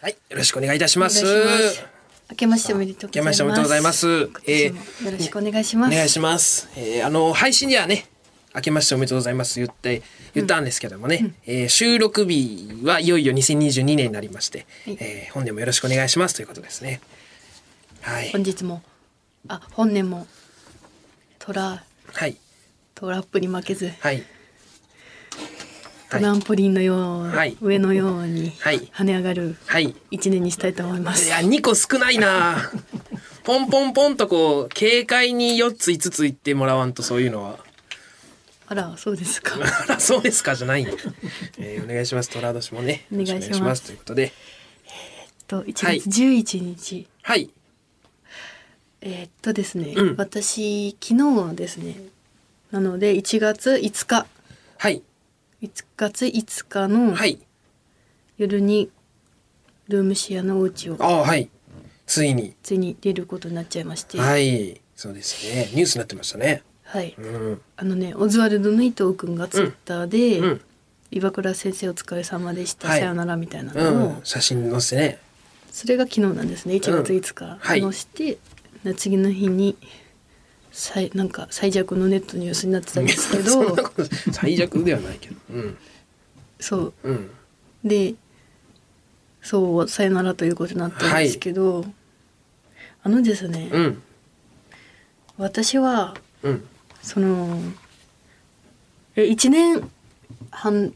はい、よろしくお願いいたします。お願いします明けましておめでとうござい明けまます。しておめでとうございます今年もよろしくお願いしまおす。願いします。えーあの配信ではね、明けましておめでとうございます言って言ったんですけどもね、えー収録日はいよいよ2022年になりまして、はいえー本年もよろしくお願いしますということですね。はい本日も、あ、本年も、トラ、はいトラップに負けず、はいトランポリンのよう、はい上のようにはい跳ね上がるはい。い一年にしたいと思います。や2個少ない な。ポンポンポンとこう軽快に4つ5つ言ってもらわんとそういうのは。あら、そうですか。あらそうですかじゃないんや、えーお願いしますトラ年もねお願いしますよろくということでと1はい月11日、はいえーっとですね、うん私昨日ですね。なので1月5日、はい1月5日のはい夜にルームシェアのお家をああはいついについに出ることになっちゃいまして、はい、はいそうですねニュースになってましたねうんあのねオズワルドの伊藤君がツイッターで、うん岩倉先生お疲れ様でした、はいさよならみたいなうのを、ん写真載せてねそれが昨日なんですね1月5日、はいのして、で次の日に最なんか最弱のネットニュースになってたんです けそどんなこと最悪ではないけどうんそううんでそうさよならということになったんですけど、あのですね、うん私はうんそのえ1年半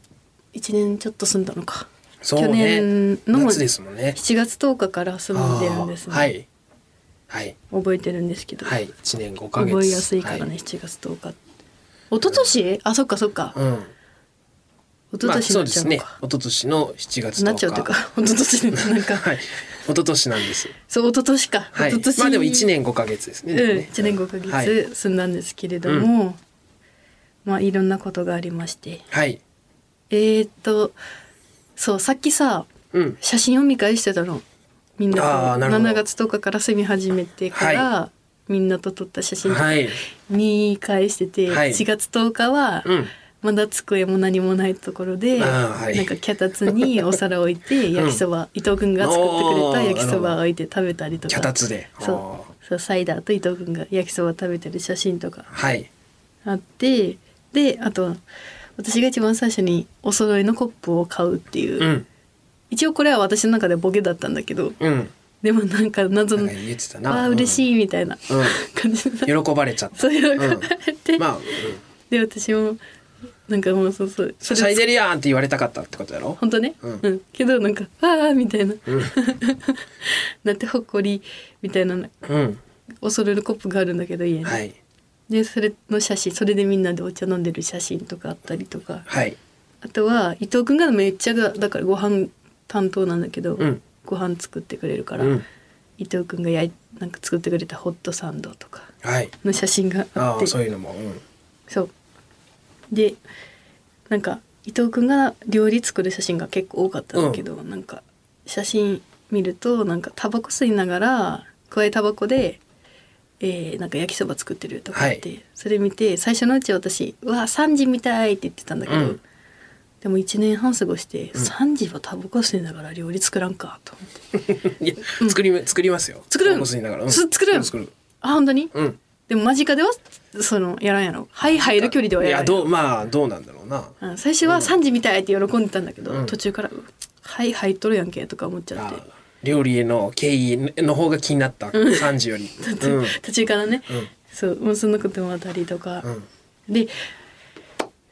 1年ちょっと住んだのかそう去ね年の夏ですもんね7月10日から住んでるんですね、ああはいはい覚えてるんですけど、はい一年五ヶ月覚えやすいからね、はい7月10日一昨年あそっかそっかうん一昨年にまなあ、そうっでちゃすうのねか、一昨年の7月10日なっちゃうというか一昨年のなんかはい一昨年なんですそう一昨年か、はい一昨年まあでも1年5ヶ月ですねでもうんね1年5ヶはい月住んだんですけれども、まあいろんなことがありましてはいえー、っとそうさっきさうん写真を見返してたのみんなとあーなるほど7月10日から住み始めてから、みんなと撮った写真はい見返してて、はい4月10日はうんまだ机も何もないところで、あーはいなんか脚立にお皿置い て焼きそば、伊藤君が作ってくれた焼きそばを置いて食べたりとか脚立であそうそうサイダーと伊藤君が焼きそば食べてる写真とかーはいあってであと私が一番最初にお揃いのコップを買うっていう。うん一応これは私の中でボケだったんだけどうんでもなんか謎なんのか言ってた「なわあ嬉しい」みたいなうん感じで、うん喜ばれちゃったそういうのがあって、まあうんで私もなんかもうそうそうそシャイれデリアンって言われたかったってことやろ本当ね、うんけどなんか「わあ」みたいな、うん なってほっこりみたいなうん恐れるコップがあるんだけど家に、はいでそれの写真それでみんなでお茶飲んでる写真とかあったりとかはいあとは伊藤君がめっちゃがだからご飯担当なんだけど、うんご飯作ってくれるから。うん伊藤君がやいなんか作ってくれたホットサンドとかはいの写真がああっあてそういうのもうんそうでなんか伊藤君が料理作る写真が結構多かったんだけど、なんか写真見るとなんかタバコ吸いながら加えタバコで、えーなんか焼きそば作ってるとかって、それ見て最初のうち私「うわ3時みたい」って言ってたんだけど、うんでも1年半過ごして、3時はタバコ吸いながら料理作らんかと思って いや作り作りますよ作るおむすいながらうんす作る作るあ本当にうんでも間近ではそのやらんやろはい入る距離ではやいらやんやろどうまあどうなんだろうなうん最初は3時みたいって喜んでたんだけど、うん途中から「はい入っとるやんけ」とか思っちゃっあてー料理への敬意の方が気になった3時よ りうんうん 途中からね、うんそうもうそんなこともあったりとか、うんで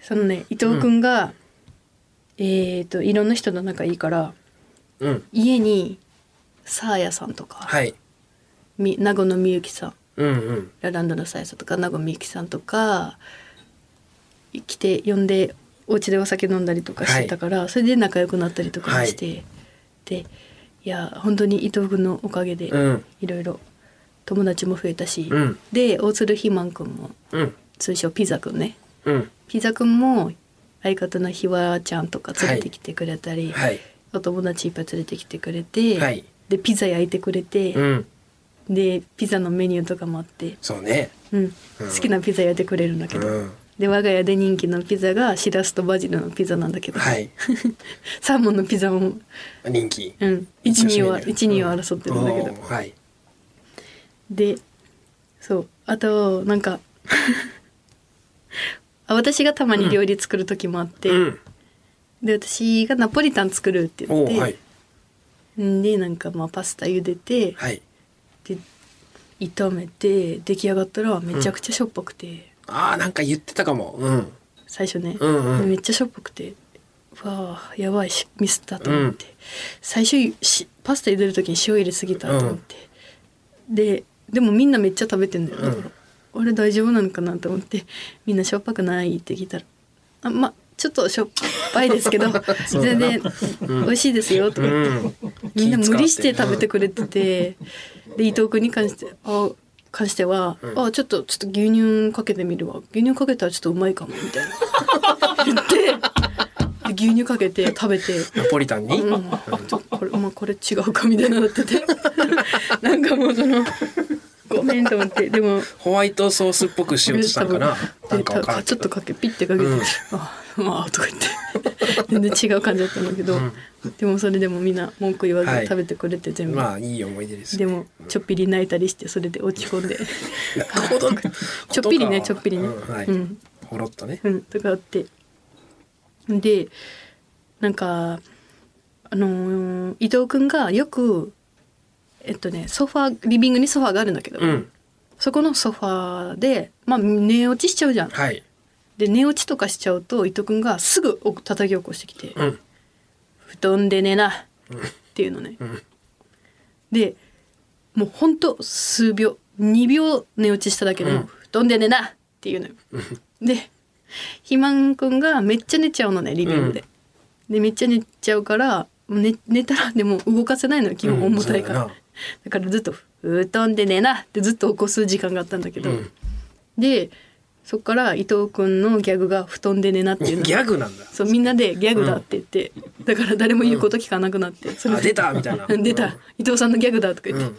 そのね伊藤君が、えっ、といろんな人と仲いいからうん家にサーヤさんとか、はいみ名護のみゆきさんうんうんラランドのサーヤさんとか名護みゆきさんとか来て呼んでお家でお酒飲んだりとかしてたから、それで仲良くなったりとかもして、でいや本当に伊藤君のおかげでうんいろいろ友達も増えたし、うんで大鶴ひまん君もうん通称ピザ君ねうんピザ君も相方のひわちゃんとか連れてきてくれたり、はいお友達いっぱい連れてきてくれて、はいでピザ焼いてくれて、うんでピザのメニューとかもあって。そうねうん、好きなピザ焼いてくれるんだけうど、んで我が家で人気のピザがしらすとバジルのピザなんだけど、はいサーモンのピザも、人気うん、12は一押し一メニ二ューを争ってるんだけど、おーはいでそうあとな んかあ私がたまに料理作る時もあって、うんで私がナポリタン作るって言おっーて、はいんでなんかまあパスタ茹でて、はいで炒めて出来上がったらめちゃくちゃしょっぱくて、ああなんか言ってたかもうん最初ね、うんうん でめっちゃしょっぱくてわあやばいしミスったと思って、最初しパスタ茹でる時に塩入れすぎたと思って、ででもみんなめっちゃ食べてんだよだから、うん俺大丈夫なのかなと思ってみんなしょっぱくないって聞いたら「あまちょっとしょっぱいで すけどうだ全な然美味しいですよ」とか言って。みんな無理して食べてくれてて、で伊藤君に関してあ関しては、あちょっとちょっと牛乳かけてみるわ牛乳かけたらちょっとうまいかもみたいな言ってで牛乳かけて食べて。ナポリタンに、うん、ちょこれまあこれ違うかみたいになっててなんかもうそのごめんと思ってでもホワイトソースっぽくしようとしたんかな多なん分かわからんちけょっとどかけピッてかけて、うんあまあとか言って全然違う感じだったんだけど、でもそれでもみんな文句言わずはい食べてくれて全部、まあいい思い出ですでもちょっぴり泣いたりしてそれで落ち込んでなるほど ちょっぴりねちょっぴりねうんはいうんほろっとねうんとかあってでなんかあのー伊藤君がよくえっとねソファリビングにソファがあるんだけど、うんそこのソファでまあ寝落ちしちゃうじゃん。はいで寝落ちとかしちゃうと伊藤君がすぐお叩き起こしてきてうん「布団で寝な」っていうのね。んでもうほんと数秒2秒寝落ちしただけでうも「ん布団で寝な」っていうのよ。で肥満くんがめっちゃ寝ちゃうのねリビングで。でめっちゃ寝ちゃうから寝寝たらでも動かせないのよ基本重たいから。うんそうだからずっと「布団で寝な」ってずっと起こす時間があったんだけど、うんでそっから伊藤君のギャグが「布団で寝な」っていうのギャグなんだそうみんなでギャグだって言って、だから誰も言うこと聞かなくなって、そあで出たみたい な出た、伊藤さんのギャグだとか言って、うん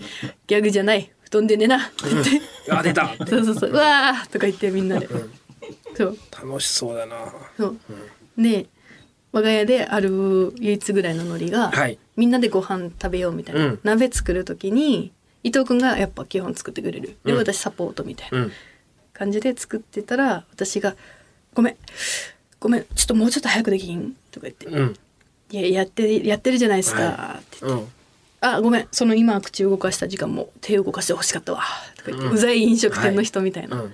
ギャグじゃない布団で寝なって言って、あ出たってそうそうそううわーとか言ってみんなで、そう楽しそうだなそう、で我が家である唯一ぐらいのノリが、はいみんなでご飯食べようみたいな、うん鍋作る時に伊藤君がやっぱ基本作ってくれるでうん私サポートみたいなうん感じで作ってたら私が「ごめんごめんちょっともうちょっと早くできん?」とか言って「うんいややってやってるじゃないですか」はってうんあごめんその今口動かした時間も手動かしてほしかったわ」とか言って、ううんざい飲食店の人みたいな、うん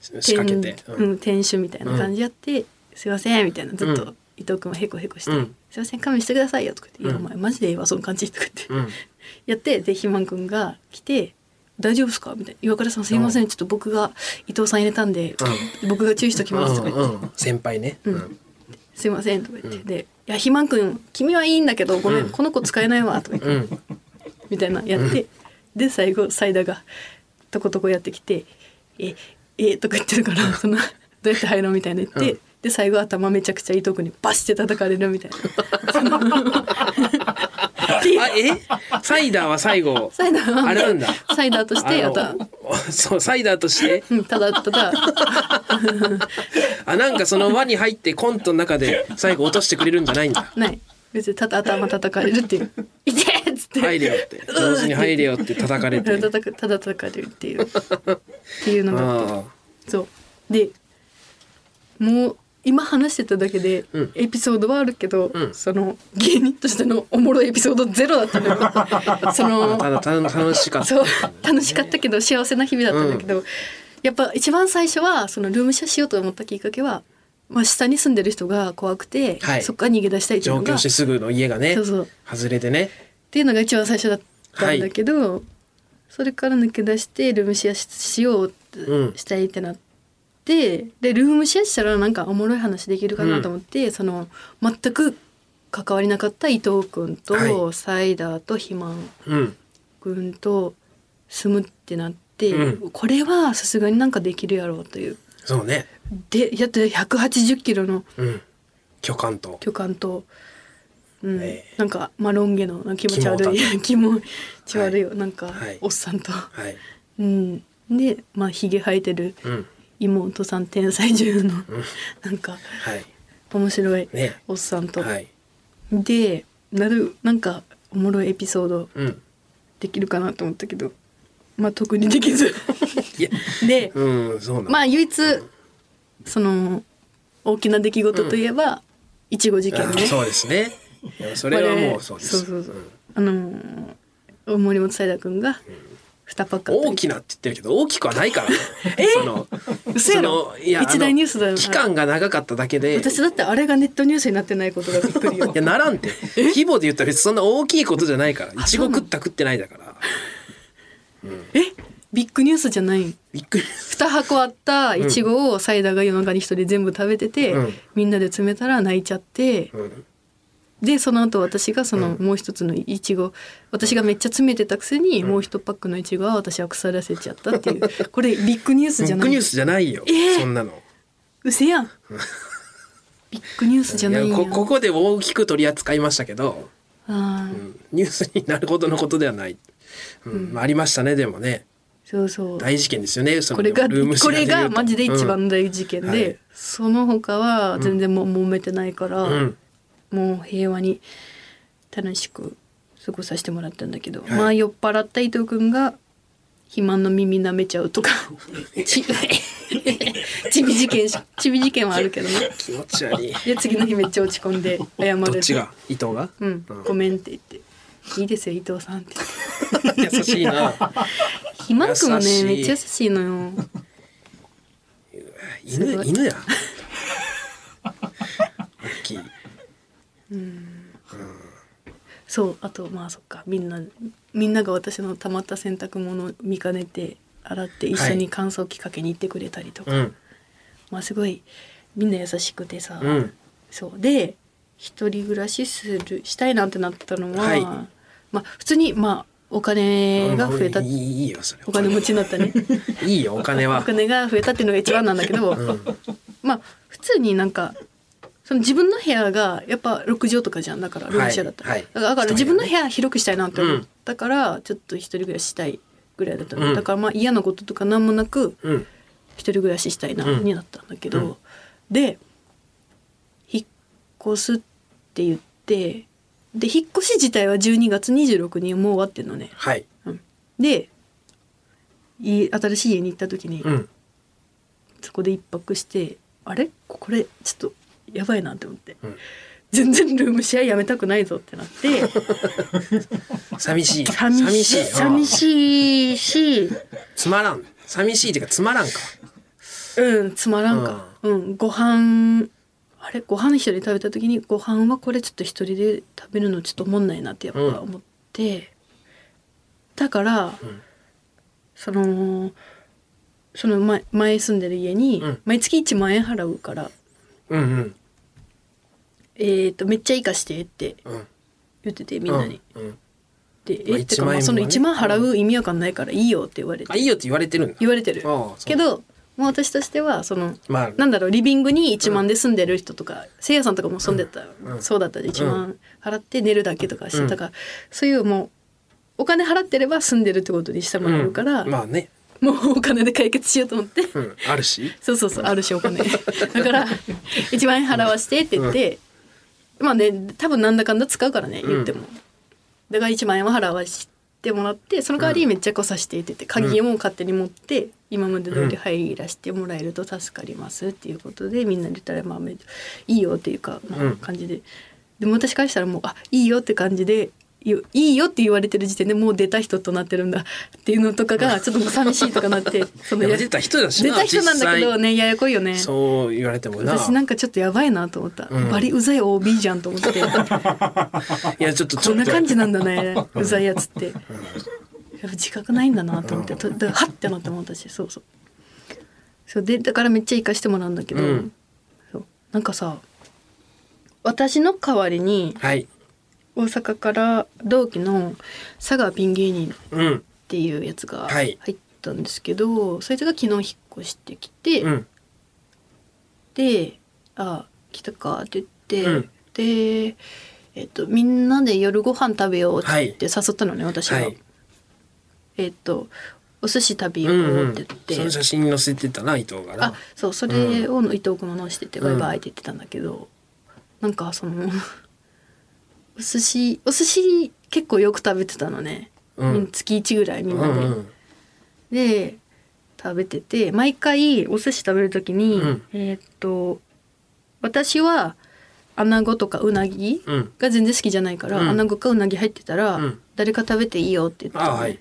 仕掛けて店うん、店主みたいな感じやって「すいません」みたいなずっうと伊藤君はへこへこしてう「んすいません勘弁してくださいよ」とか言って「いうやおん前マジでええわその感じ」とか言って、うんやってで肥満くんが来て「大丈夫ですか?」みたいな「岩倉さんすいませんちょっと僕が伊藤さん入れたんで、僕が注意しときます」とか言って。うんうん先輩ねうんすいませんとか言って、で「いや肥満くん君はいいんだけどごめん、うんこの子使えないわ」とか言っうて、んみたいなやって、で最後サイダがとことこやってきて「ええとか言ってるからそのどうやって入ろうみたいな言って、うんで最後頭めちゃくちゃいいとこにバシって叩かれるみたい な。そのであえサイダーは最後サイダーはあれなんだサイダーとしてあのとそうサイダーとしてうん、ただただあなんかその輪に入ってコントの中で最後落としてくれるんじゃないんだない別にただ頭叩かれ るっていう「いて!」っつって入れよって上手に入れよって叩かれてただ叩かただ叩かれるっていうっていうのがあってあそうでもう今話してただけでうんエピソードはあるけど、うんその芸人としてのおもろいエピソードゼロだったの よそあのただた楽しかったそう楽しかったけど幸せな日々だったんだけど、やっぱ一番最初はそのルームシェアしようと思ったきっかけは、まあ、下に住んでる人が怖くて、はいそっから逃げ出したいっていう上のが京っしてすぐの家がねそうそう外れてねていうのが一番最初だったんだけど、それから抜け出してルームシェアししようってうんしたいってなってでルームシェアしたらなんかおもろい話できるかなと思って、その全く関わりなかった伊藤君と、はサイダーと肥満うん君と住むってなって、うこれはさすがになんかできるやろうというそうねでやっと180キロのうん巨漢と巨漢と、うんええなんかまあロン毛のなんか気持ち悪い 気持ち悪いよ、なんか、はいおっさんと、はいうん、でまあひげ生えてるうん妹さん天才中のなんかはい面白いねおっさんと、はいでなるなんかおもろいエピソードうんできるかなと思ったけどまあ特にでき ずいやでうんそうなんまあ唯一その大きな出来事といえば、いちご事件う ねんそうですねいやそれはもうそうですそうそうそうあのー大森本彩くんが2パックあった大きなって言ってるけど大きくはないからねその嘘やろそのいや一大ニュースだよあの期間が長かっただけで私だってあれがネットニュースになってないことがびっくり よいやならんって規模で言ったら別にそんな大きいことじゃないからいちごそうな食のった食ってないだからえビッグニュースじゃないびっくり2箱あったいちごを彩田が夜中に一人で全部食べてて、うんみんなで詰めたら泣いちゃって、うんでその後私がそのもう一つのいちご私がめっちゃ詰めてたくせにもう一パックのいちごは私は腐らせちゃったっていう これビッグニュービスじゃッなグいニュースじゃないよ、えーそんなのう せやんビッグニュースじゃないんいややこここで大きく取り扱いましたけど、ああ、うんニュースになるほどのことではない、うんまあ、ありましたねでもねそうそう大事件ですよねそのこれがルームシこェアれ言うとがマジで一う番ん大事件で、はいその他は全然もう揉めてないから、うんもう平和に楽しく過ごさせてもらったんだけど、いまあ酔っ払った伊藤君が肥満の耳舐めちゃう とかち ちび事件しちび事件はあるけどね気持ち悪いで次の日めっちゃ落ち込んで謝るどっちが伊藤 が、うん、ごめんって言って「いいですよ伊藤さん」って言って優しいな肥満君も優しねいめっちゃ優しいのよ犬すごい犬や大きいそうあとまあそっかみんなみんなが私のたまった洗濯物を見かねて洗って一緒に乾燥機かけに行ってくれたりとか、うんまあすごいみんな優しくてさ、うんそうで一人暮らしするしたいなってなったのは、はいまあ普通にまあお金が増えた、うんいいいいよそれお金持ちになったねいいよお金おは金が増えたっていうのが一番なんだけど、まあ普通になんかその自分の部屋がやっぱ6畳とかじゃんだからは6い畳だったら、はいだからだから一自部屋ね分の部屋広くしたいなって思ったからちょっと一人暮らししたいぐらいだったの、うんだからまあ嫌なこととか何もなくうん一人暮らししたいなうんになったんだけど、うんで引っ越すって言ってで引っ越し自体は12月26日にもう終わってんのね。はいうんでい新しい家に行った時に、うんそこで一泊してあれこれちょっとやばいなって思って、うん全然ルームシェアやめたくないぞってなって寂しい寂しいうん寂しいしつまらん寂しいっていうかつまらんかうんつまらんか、うん、ご飯あれご飯一人で食べた時にご飯はこれちょっと一人で食べるのちょっとおもんないなってやっぱ思って、だから、んそのその前前住んでる家にうん毎月1万円払うから、うんうんえっ、とめっちゃいいかしてってうん言っててみんなに。うんうんでまあえってかまあ1そ万の円もね1万払う意味わかんないからいいよって言われてあいいよって言われてるんだ言われてるああそうけどもう私としてはそのまあなんだろうリビングに1万で住んでる人とかせいやさんとかも住んでたうんそうだったで1万払って寝るだけとかしてたからそういうもうお金払ってれば住んでるってことにしてもらえるからうんまあねもうお金で解決しようと思ってうんあるしそうそうそうあるしお金だから1万円払わしてって言って、まあね多分なんだかんだ使うからねうん言っても、だから1万円は払わしてもらってその代わりめっちゃこさしてって言って鍵も勝手に持って、今まで通り入らせてもらえると助かりますっていうことでみんなで言ったらまあめいいよっていうか、まうあん、感じで、でも私からしたらもうあいいよって感じで。いいいいよって言われてる時点でもう出た人となってるんだっていうのとかがちょっともう寂しいとかなってそいのや出た人だし出なた人なんだけど実ねややこいよね際そう言われてもな私なんかちょっとやばいなと思った、うんバリうざい OB じゃんと思って いやちょっとちこょっんなと感じなんだね うざいやつってやっぱ自覚ないんだなと思ってとだからはってなってもん私そうそうそうでだからめっちゃ生かしてもらうんだけど、うんそうなんかさ私の代わりにはい大阪から同期の佐賀ピン芸人っうんていうやつがは入いったんですけど、そいつが昨日引っ越してきて、うんで「あ来たか」って言って、うんで、えっとみんなで夜ご飯食べようって言って誘ったのね、私は。はいえっとお寿司食べようんううっんて言って、その写真載せてたな伊藤がなあそうそれを伊藤君も直してて、バイバイって言ってたんだけどなんかその お寿司お寿司結構よく食べてたのね、うん月1ぐらいみんなで、うんうんで食べてて毎回お寿司食べる時に、うんえーっと私は穴子とかうなぎうんが全然好きじゃないから、うん穴子かうなぎ入ってたら、うん誰か食べていいよって言ってたのねあはい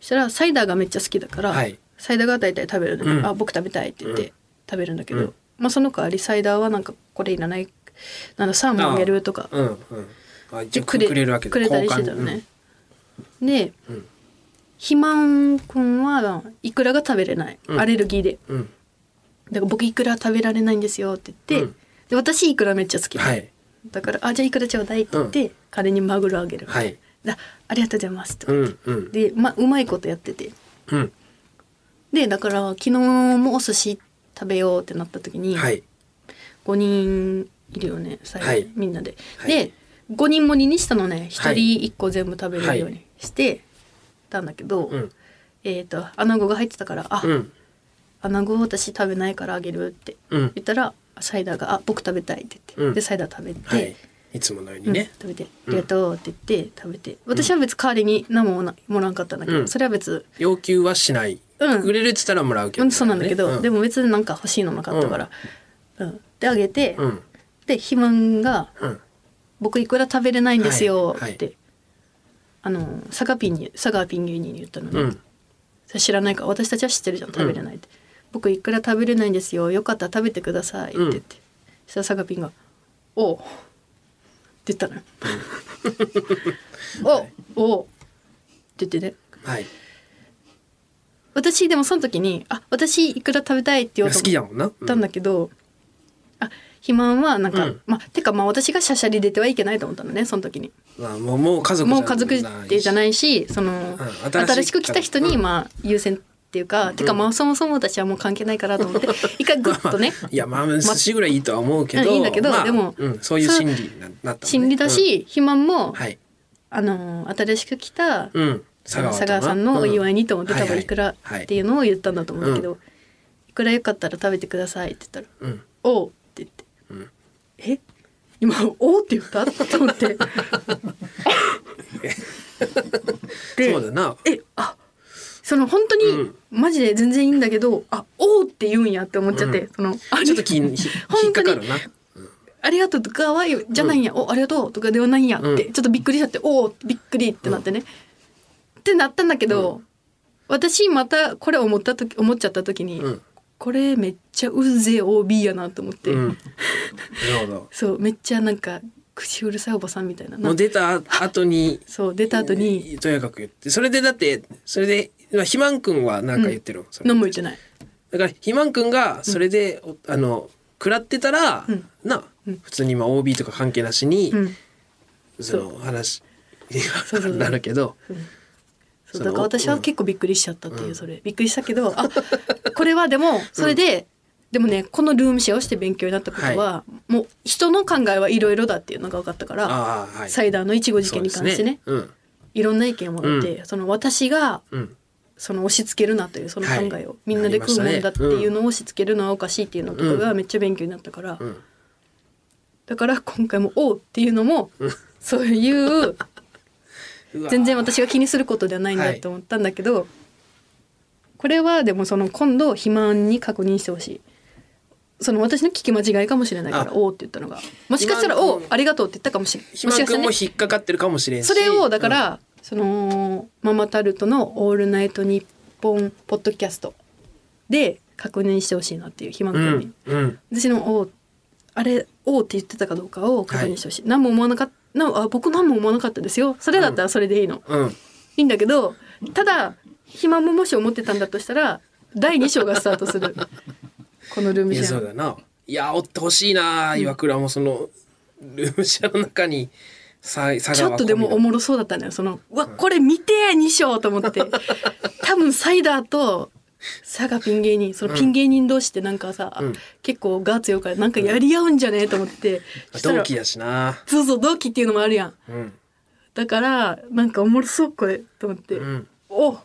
そしたらサイダーがめっちゃ好きだから、はいサイダーが大体食べるの、うんあ僕食べたいって言っうんて食べるんだけど、うんまあ、その代わりサイダーはなんかこれいらないなんだサーモンあげるとかうんうんあ一で応くれるわけだくれたりしてたのね、で、うん肥満君はいくらが食べれない、うんアレルギーでうんうんだから僕いくら食べられないんですよって言って、うんで私いくらめっちゃ好きで、はいだから「あじゃあいくらちょうだい」って言って、彼にマグロあげる、はいあありがとうございますって、うんうんで、ま、うまいことやっててうんでだから昨日もお寿司食べようってなった時に、はい5人いるよね最後、はいみんなで、はいで5人盛りにしたのね1人はい1個全部食べれるようにしてたんだけど、うんえっ、と穴子が入ってたから「あ、うん穴子私食べないからあげる」ってうん言ったらサイダーが「あ僕食べたい」って言って、うんでサイダー食べて、はいいつものようにうんね食べて「あうんりがとう」って言って食べて私は別に代わりに何ももらもらわんかったんだけど、うんそれは別要求はしないうんくれるっつったらもらうけどうねん、そうなんだけど、うんでも別になんか欲しいのなかったから、うんであげて、うんで肥満がうん「僕いくら食べれないんですよ」って、はいはいあの佐賀ピンに佐川ピン芸人に言ったのね、うんそれ知らないから私たちは知ってるじゃん食べれないって、僕いくら食べれないんですよよかったら食べてください」って言って、うんそしたら佐賀ピンが「おう」って言ったのよ「 おうおう」って言ってねはい私でもその時に「あ私いくら食べたい」って言おう好と思ってきやもんなったんだけど、あ肥満はなんか、うんまあてかまあ私がシャシャリ出てはいけないと思ったのねその時にまあもうもう家族もう家族でじゃいないしその、うん新しいから新しく来た人にうんまあ優先っていうか、てかまあそもそも私はもう関係ないからと 思って一回グッとねいやまあ寿司ぐらいいいとは思うけどうんいいんだけどまあでもうんそういうそ心理にななったもんね心理だし、肥満うも、んはいあのー新しく来たうん佐川さんのお祝いにと思って多分いくらっていううのを言ったんだと思うんだけど、ういくらよかったら食べてくださいって言ったらんはいはい「おう」って言ってうんうん「え今「おう」って言ったと 思って。でそうだなえあその本当に、うんマジで全然いいんだけどあおうって言うんやって思っちゃって、うんそのあちょっと気 にひ当に引っかかるなありがとうとかはじゃないんや、おありがとうとかではないんやって、うんちょっとびっくりしちゃっておおびっくりってなってね、ってなったんだけど、私またこれ思った時思っちゃった時に、うんこれめっちゃうぜえ OB やなと思って、うんなるほどそうめっちゃなんか口うるさいおばさんみたい なもう出た後にそう 出た後にとにかく言ってそれでだってそれでまあ肥満くんは何か言ってるそれ何も言ってないだから肥満くんがそれで、おあの食らってたら、うんな、うん普通にまあ OB とか関係なしに、うんその話にそうそうなるけどそうそのだから私は結構びっくりしちゃったっていううんそれびっくりしたけどあこれはでもそれで、でもねこのルームシェアをして勉強になったことは、もう人の考えはいろいろだっていうのが分かったから、ああはいサイダーのいちご事件に関してねそうですいろんな意見をもらって、その私がうんうんその押し付けるなというその考えを、はいみんなで食うもんだっあてりましたねいううんのを押し付けるのはおかしいっていうのとかがめっちゃ勉強になったから、うんだから今回も「おう」っていうのも、そういううわ全然私が気にすることではないんだと思ったんだけど、これはでもその今度肥満に確認してほしいその私の聞き間違いかもしれないから「あおう」って言ったのがもしかしたら「お肥う満ありがとう」って言ったかもしれない肥満くんももしかした引っかかってるかもしれんらねしそれをだから、そのママタルトの「オールナイトニッポン」ポッドキャストで確認してほしいなっていう肥満う君に。んうん、うん私の「おう」あれ「おう」って言ってたかどうかを確認してほしい、何も思わなかったあ僕何も思わなかったですよそれだったらそれでいいの、うんいいんだけどただ暇ももし思ってたんだとしたら第2章がスタートする このルームいやシそうェだアないやおってほしいな岩倉もそのルームシェアの中にさ佐ちょっとでもおもろそうだったのよそのうわこれ見て2章と思って多分サイダーと佐賀ピン芸人そのピン芸人同士ってなんかさ、うん結構ガー強いからなんかやり合うんじゃねえと思って、そしたら同期やしなそうそう同期っていうのもあるやんうんだからなんかおもろそうこれと思って、うんお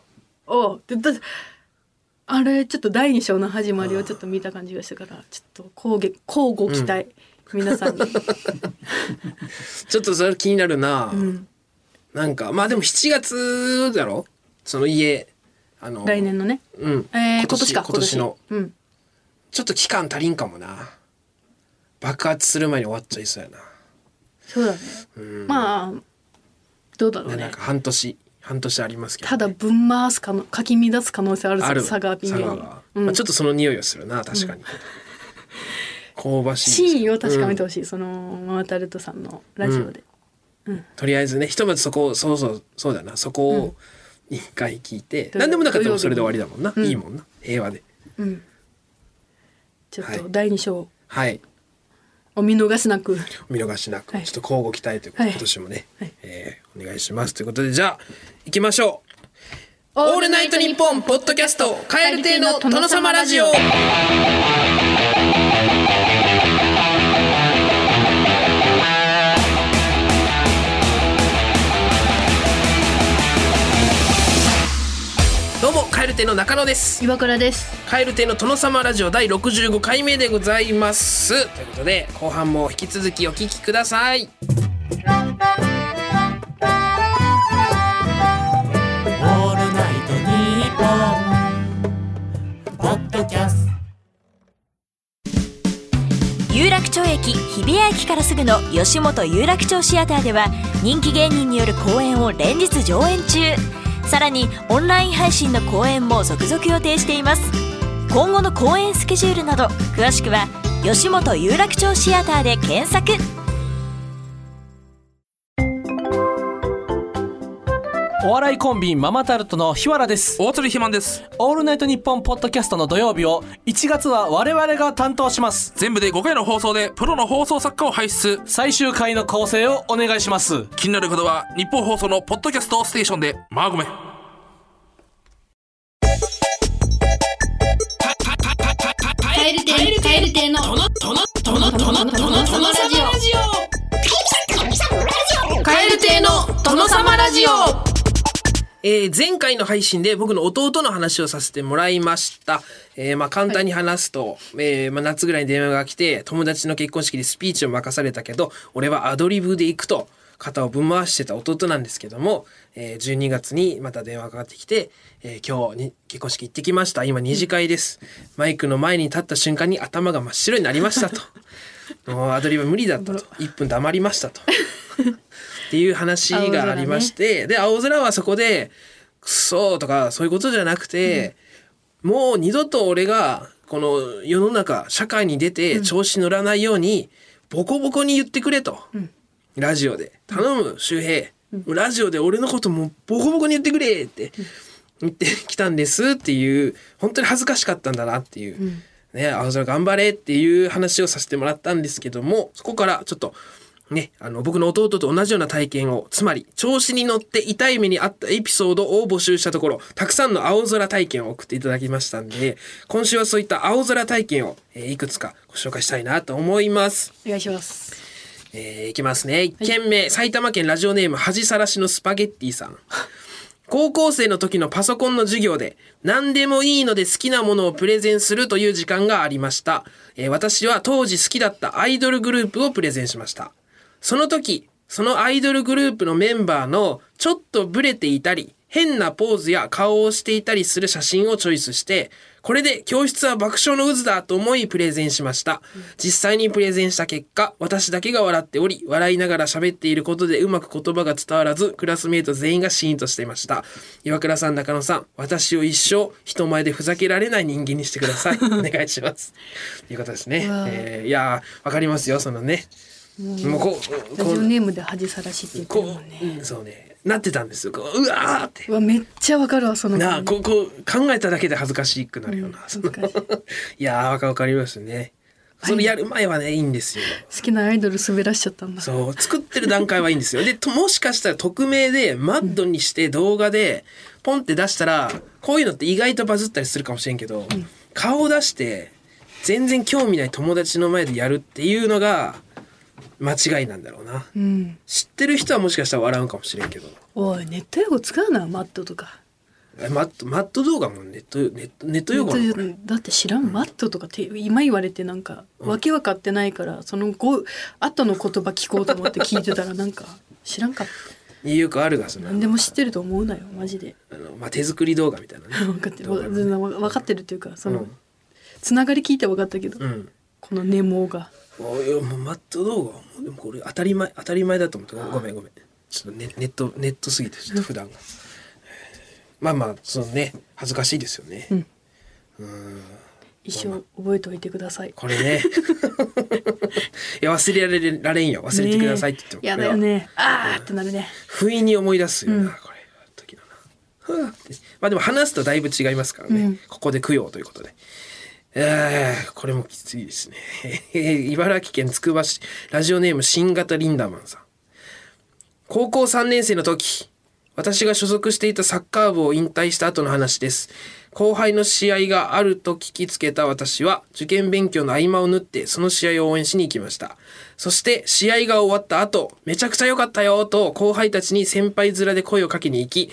おうってだあれちょっと第二章の始まりをちょっと見た感じがしたからちょっと交互交互期待、皆さんに、ちょっとそれ気になるな、うん、なんかまあでも7月だろその家あの来年のね、うん、えー、今今年年か今年のうん、ちょっと期間足りんかもな爆発する前に終わっちゃいそうやなそうだね、まあどうだろうなんねか半年半年ありますけどただぶん回すかのかき乱す可能性あるぞある佐賀微妙に佐賀はうんまあ、ちょっとその匂いはするな確かに、香ばしいですシーンを確かめてほしい、そのママタルトさんのラジオで、とりあえずねひとまずそこをそうそうそうだなそこを一回聞いて、土曜何でもなかったらもうそれで終わりだもんな、曜日にいいもんな平和でうんちょっはとい第二章はいお見逃しなくお見逃しなく、はいちょっと交互期待ということはでい今年もね、はいえーお願いしますということでじゃあ行きましょうオールナイトニッポンポッドキャスト「蛙亭の殿様ラジオ」どうも蛙亭の中野です岩倉です蛙亭の殿様ラジオ第65回目でございますということで後半も引き続きお聞きくださいオールナイトニッポン」ポッドキャス有楽町駅日比谷駅からすぐの吉本有楽町シアターでは人気芸人による公演を連日上演中さらにオンライン配信の公演も続々予定しています今後の公演スケジュールなど詳しくは吉本有楽町シアターで検索お笑いコンビママタルトの日原です大鳥ひまんですオールナイトニッポンポッドキャストの土曜日を1月は我々が担当します全部で5回の放送でプロの放送作家を輩出最終回の構成をお願いします気になる方は日本放送のポッドキャストステーションでマーゴメえー前回の配信で僕の弟の話をさせてもらいました。えーまあ簡単に話すと、えーまあ夏ぐらいに電話が来て、友達の結婚式でスピーチを任されたけど、俺はアドリブで行くと、肩をぶん回してた弟なんですけども、えー12月にまた電話がかかってきて、えー今日に結婚式行ってきました。今二次会です。マイクの前に立った瞬間に頭が真っ白になりましたと。 もうアドリブ無理だったと。1分黙りましたと。 っていう話がありまして、で青空はそこで「くそ」とかそういうことじゃなくて、もう二度と俺がこの世の中社会に出て調子乗らないようにボコボコに言ってくれと、ラジオで「頼む周平、ラジオで俺のこともうボコボコに言ってくれ」って言ってきたんですっていう本当に恥ずかしかったんだなっていう。ね、青空頑張れっていう話をさせてもらったんですけどもそこからちょっとね、あの僕の弟と同じような体験をつまり調子に乗って痛い目にあったエピソードを募集したところたくさんの青空体験を送っていただきましたんで今週はそういった青空体験を、えーいくつかご紹介したいなと思います。お願いしますえーいきますね。1件目、埼玉県ラジオネーム恥さらしのスパゲッティさん。高校生の時のパソコンの授業で何でもいいので好きなものをプレゼンするという時間がありました、えー私は当時好きだったアイドルグループをプレゼンしましたその時そのアイドルグループのメンバーのちょっとブレていたり変なポーズや顔をしていたりする写真をチョイスしてこれで教室は爆笑の渦だと思いプレゼンしました実際にプレゼンした結果私だけが笑っており笑いながら喋っていることでうまく言葉が伝わらずクラスメート全員がシーンとしていました岩倉さん中野さん私を一生人前でふざけられない人間にしてくださ いお願いしますということですね、わあえーいやーわかりますよそのねもうこうラこジオうネームで恥さらしって言ってこるもんねううんそうねなってたんですよこううわーってうわめっちゃわかるわそのなあ感じこうこう考えただけで恥ずかしくなるような、うん難しい いやーわかわかりますね。それやる前はねいいんですよ。好きなアイドル滑らしちゃったんだそう作ってる段階はいいんですよ。でともしかしたら匿名でマッドにして動画でポンって出したらこういうのって意外とバズったりするかもしれんけど、顔を出して全然興味ない友達の前でやるっていうのが間違いなんだろうな。うん知ってる人はもしかしたら笑うかもしれんけど。おいネット用語使うなマットとかえマットマット動画もネットネットネット用語なのこれだって知らんマットとかって今言われてなんか、わけわかってないからその後後の言葉聞こうと思って聞いて たらなんか知らんかったよくあるがその何でも知ってると思うなよマジであの、まあ、手作り動画みたいなね 分かってる動画わのね分かってるっていうかその、うんつながり聞いて分かったけど、うんこのネモがおいやもうマット動画はもうでもこれ当たり前当たり前だと思ってごごめんごめんちょっとネネットネットすぎてちょっと普段 がまあまあそのね恥ずかしいですよね、うんうん一生覚えておいてください。これ ねいや忘れられられんよ忘れてくださいって言っても、ねえやこだれはよね。あーってなるね。不意に思い出すよな、うんこれ時のなふわってまあでも話すとだいぶ違いますからね、うんここで供養ということでえーこれもきついですね 茨城県つくば市ラジオネーム新型リンダマンさん高校3年生の時私が所属していたサッカー部を引退した後の話です後輩の試合があると聞きつけた私は受験勉強の合間を縫ってその試合を応援しに行きましたそして試合が終わった後めちゃくちゃ良かったよと後輩たちに先輩面で声をかけに行き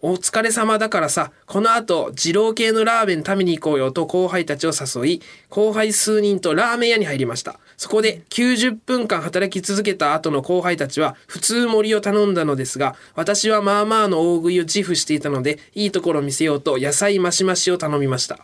お疲れ様だからさ、この後、二郎系のラーメン食べに行こうよと後輩たちを誘い、後輩数人とラーメン屋に入りました。そこで90分間働き続けた後の後輩たちは普通盛りを頼んだのですが、私はまあまあの大食いを自負していたので、いいところを見せようと野菜増し増しを頼みました。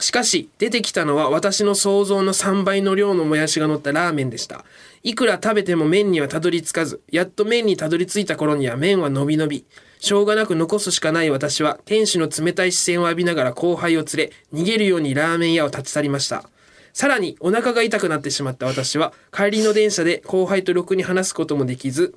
しかし、出てきたのは私の想像の3倍の量のもやしが乗ったラーメンでした。いくら食べても麺にはたどり着かず、やっと麺にたどり着いた頃には麺は伸び伸び。しょうがなく残すしかない私は、店主の冷たい視線を浴びながら後輩を連れ、逃げるようにラーメン屋を立ち去りました。さらに、お腹が痛くなってしまった私は、帰りの電車で後輩とろくに話すこともできず、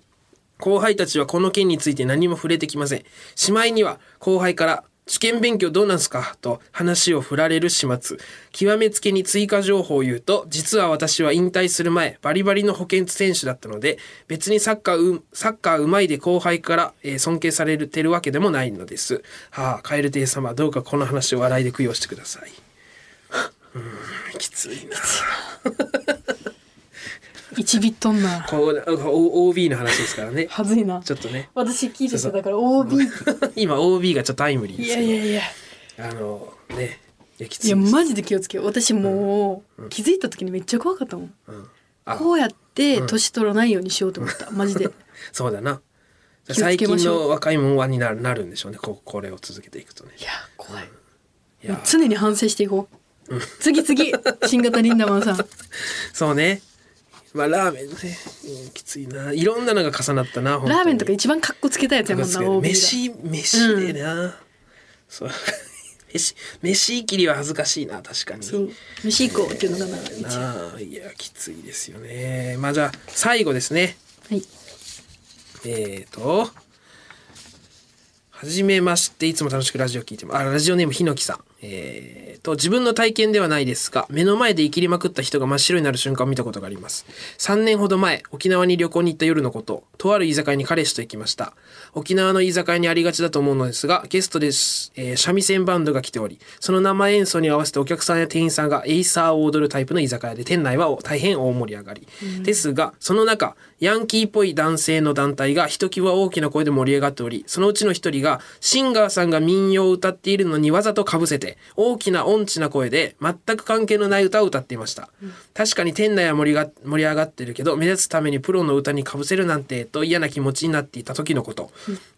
後輩たちはこの件について何も触れてきません。しまいには後輩から試験勉強どうなんすかと話を振られる始末。極めつけに追加情報を言うと、実は私は引退する前、バリバリの保健選手だったので、別にサッカーう、サッカーうまいで後輩から、えー尊敬されてるわけでもないのです。はあ、カエル亭様、どうかこの話を笑いで供養してください。 うーん、きついな。一ビットンな。こう、お OB の話ですからね。はずいな。ちょっとね。私聞いそてうそうただから OB。 今 OB がちょっとタイムリーでいすやけどいやいや。あのねいやきついいやですマジで気をつけよう。私もう気づいた時にめっちゃ怖かったもん。あこうやって年取らないようにしようと思った。マジで。そうだな気をつけま最しょう近の若いもんはになるなるんでしょうねここれを続けていくとね いや怖い。いや常に反省していこう。次次新型リンダマンさん。そうねまあラーメンね、うんきついないろんなのが重なったなラーメンとか一一番カッコつけたやつやもんな OB が。飯飯でな、そう 飯飯切りは恥ずかしいな確かにそう飯行こうっていうのがな一応。はなあいやきついですよねまあじゃあ最後ですねい。えーと、はじめまして、いつも楽しくラジオ聞いてます。あ、ラジオネームひのきさん。えーと、自分の体験ではないですが、目の前で生きりまくった人が真っ白になる瞬間を見たことがあります。3年ほど前、沖縄に旅行に行った夜のこと、とある居酒屋に彼氏と行きました。沖縄の居酒屋にありがちだと思うのですが、ゲストです、えー三味線バンドが来ており、その生演奏に合わせてお客さんや店員さんがエイサーを踊るタイプの居酒屋で、店内は大変大盛り上がり。ですが、その中、ヤンキーっぽい男性の団体がひときわ大きな声で盛り上がっており、そのうちの一人が、シンガーさんが民謡を歌っているのにわざとかぶせて、大きな音痴な声で、全く関係のない歌を歌っていました。確かに店内は盛りが盛り上がってるけど、目立つためにプロの歌にかぶせるなんて、と嫌な気持ちになっていた時のこと。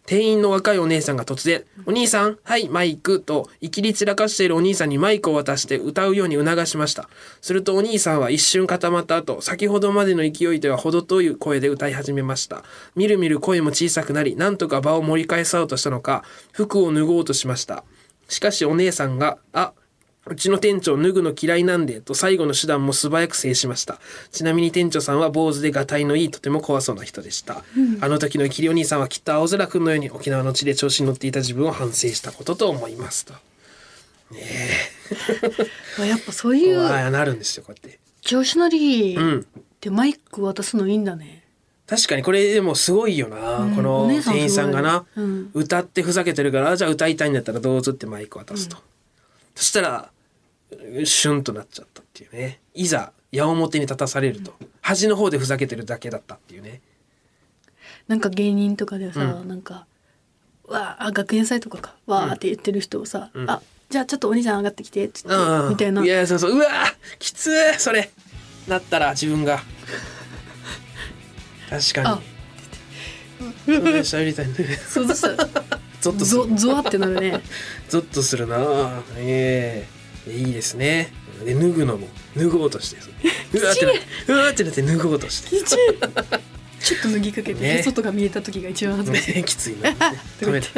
店員の若いお姉さんが突然、お兄さん、はい、マイク、と、いきり散らかしているお兄さんにマイクを渡して歌うように促しました。するとお兄さんは一瞬固まった後、先ほどまでの勢いでは程遠い声で歌い始めました。みるみる声も小さくなり、なんとか場を盛り返そうとしたのか、服を脱ごうとしました。しかしお姉さんが、あ、うちの店長脱ぐの嫌いなんで、と最後の手段も素早く制しました。ちなみに店長さんは坊主でがたいのいい、とても怖そうな人でした。あの時のキリお兄さんはきっと青空くんのように沖縄の地で調子に乗っていた自分を反省したことと思います。と。あやっぱそういこうあうあなるんですよ、こうやって。調子乗りうん。でマイク渡すのいいんだね。確かにこれでもすごいよな、うんこのお姉さんすごい店員さんがな、うん歌ってふざけてるからあじゃあ歌いたいんだったらどうぞってマイク渡すと、そしたらシュンとなっちゃったっていうねいざ矢面に立たされると、端の方でふざけてるだけだったっていうねなんか芸人とかでさ、うなんかわああ学園祭とかかわあって言ってる人をさ、あじゃあちょっとお兄ちゃん上がってきてって言って、うんうんみたいないやそうそううわーきつーそれなったら自分が確かあにそうでしたみたいな そうそうそうゾッとすゾるゾワってなるねゾッとするなあええいいですねで脱ぐのも脱ごうとしてうわーってなうわーってなって脱ごうとして 一ちょっと脱ぎかけて、ねへそとか見えた時が一番恥ずかしい、ね、きついな。止めて。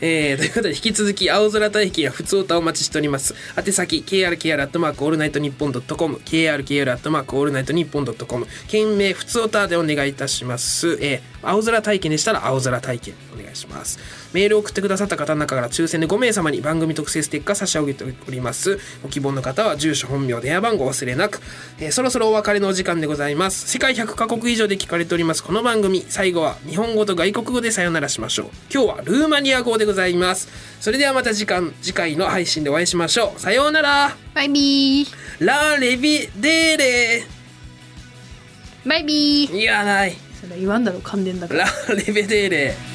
えー、ということで引き続き青空大気や普通歌をお待ちしております宛先 KRKR アットマークオールナイトニッポンドットコム KRKR アットマークオールナイトニッポンドットコム件名普通歌でお願いいたします、えー、青空体験でしたら青空体験お願いしますメールを送ってくださった方の中から抽選で5名様に番組特製ステッカー差し上げておりますご希望の方は住所本名電話番号を忘れなく、えーそろそろお別れのお時間でございます世界100カ国以上で聞かれておりますこの番組最後は日本語と外国語でさよならしましょう今日はルーマニア語でございますそれではまた時間次回の配信でお会いしましょうさようならバイビーラーレビデーレバイビーいらないそれ言わんだろう感電だからラーレビデーレ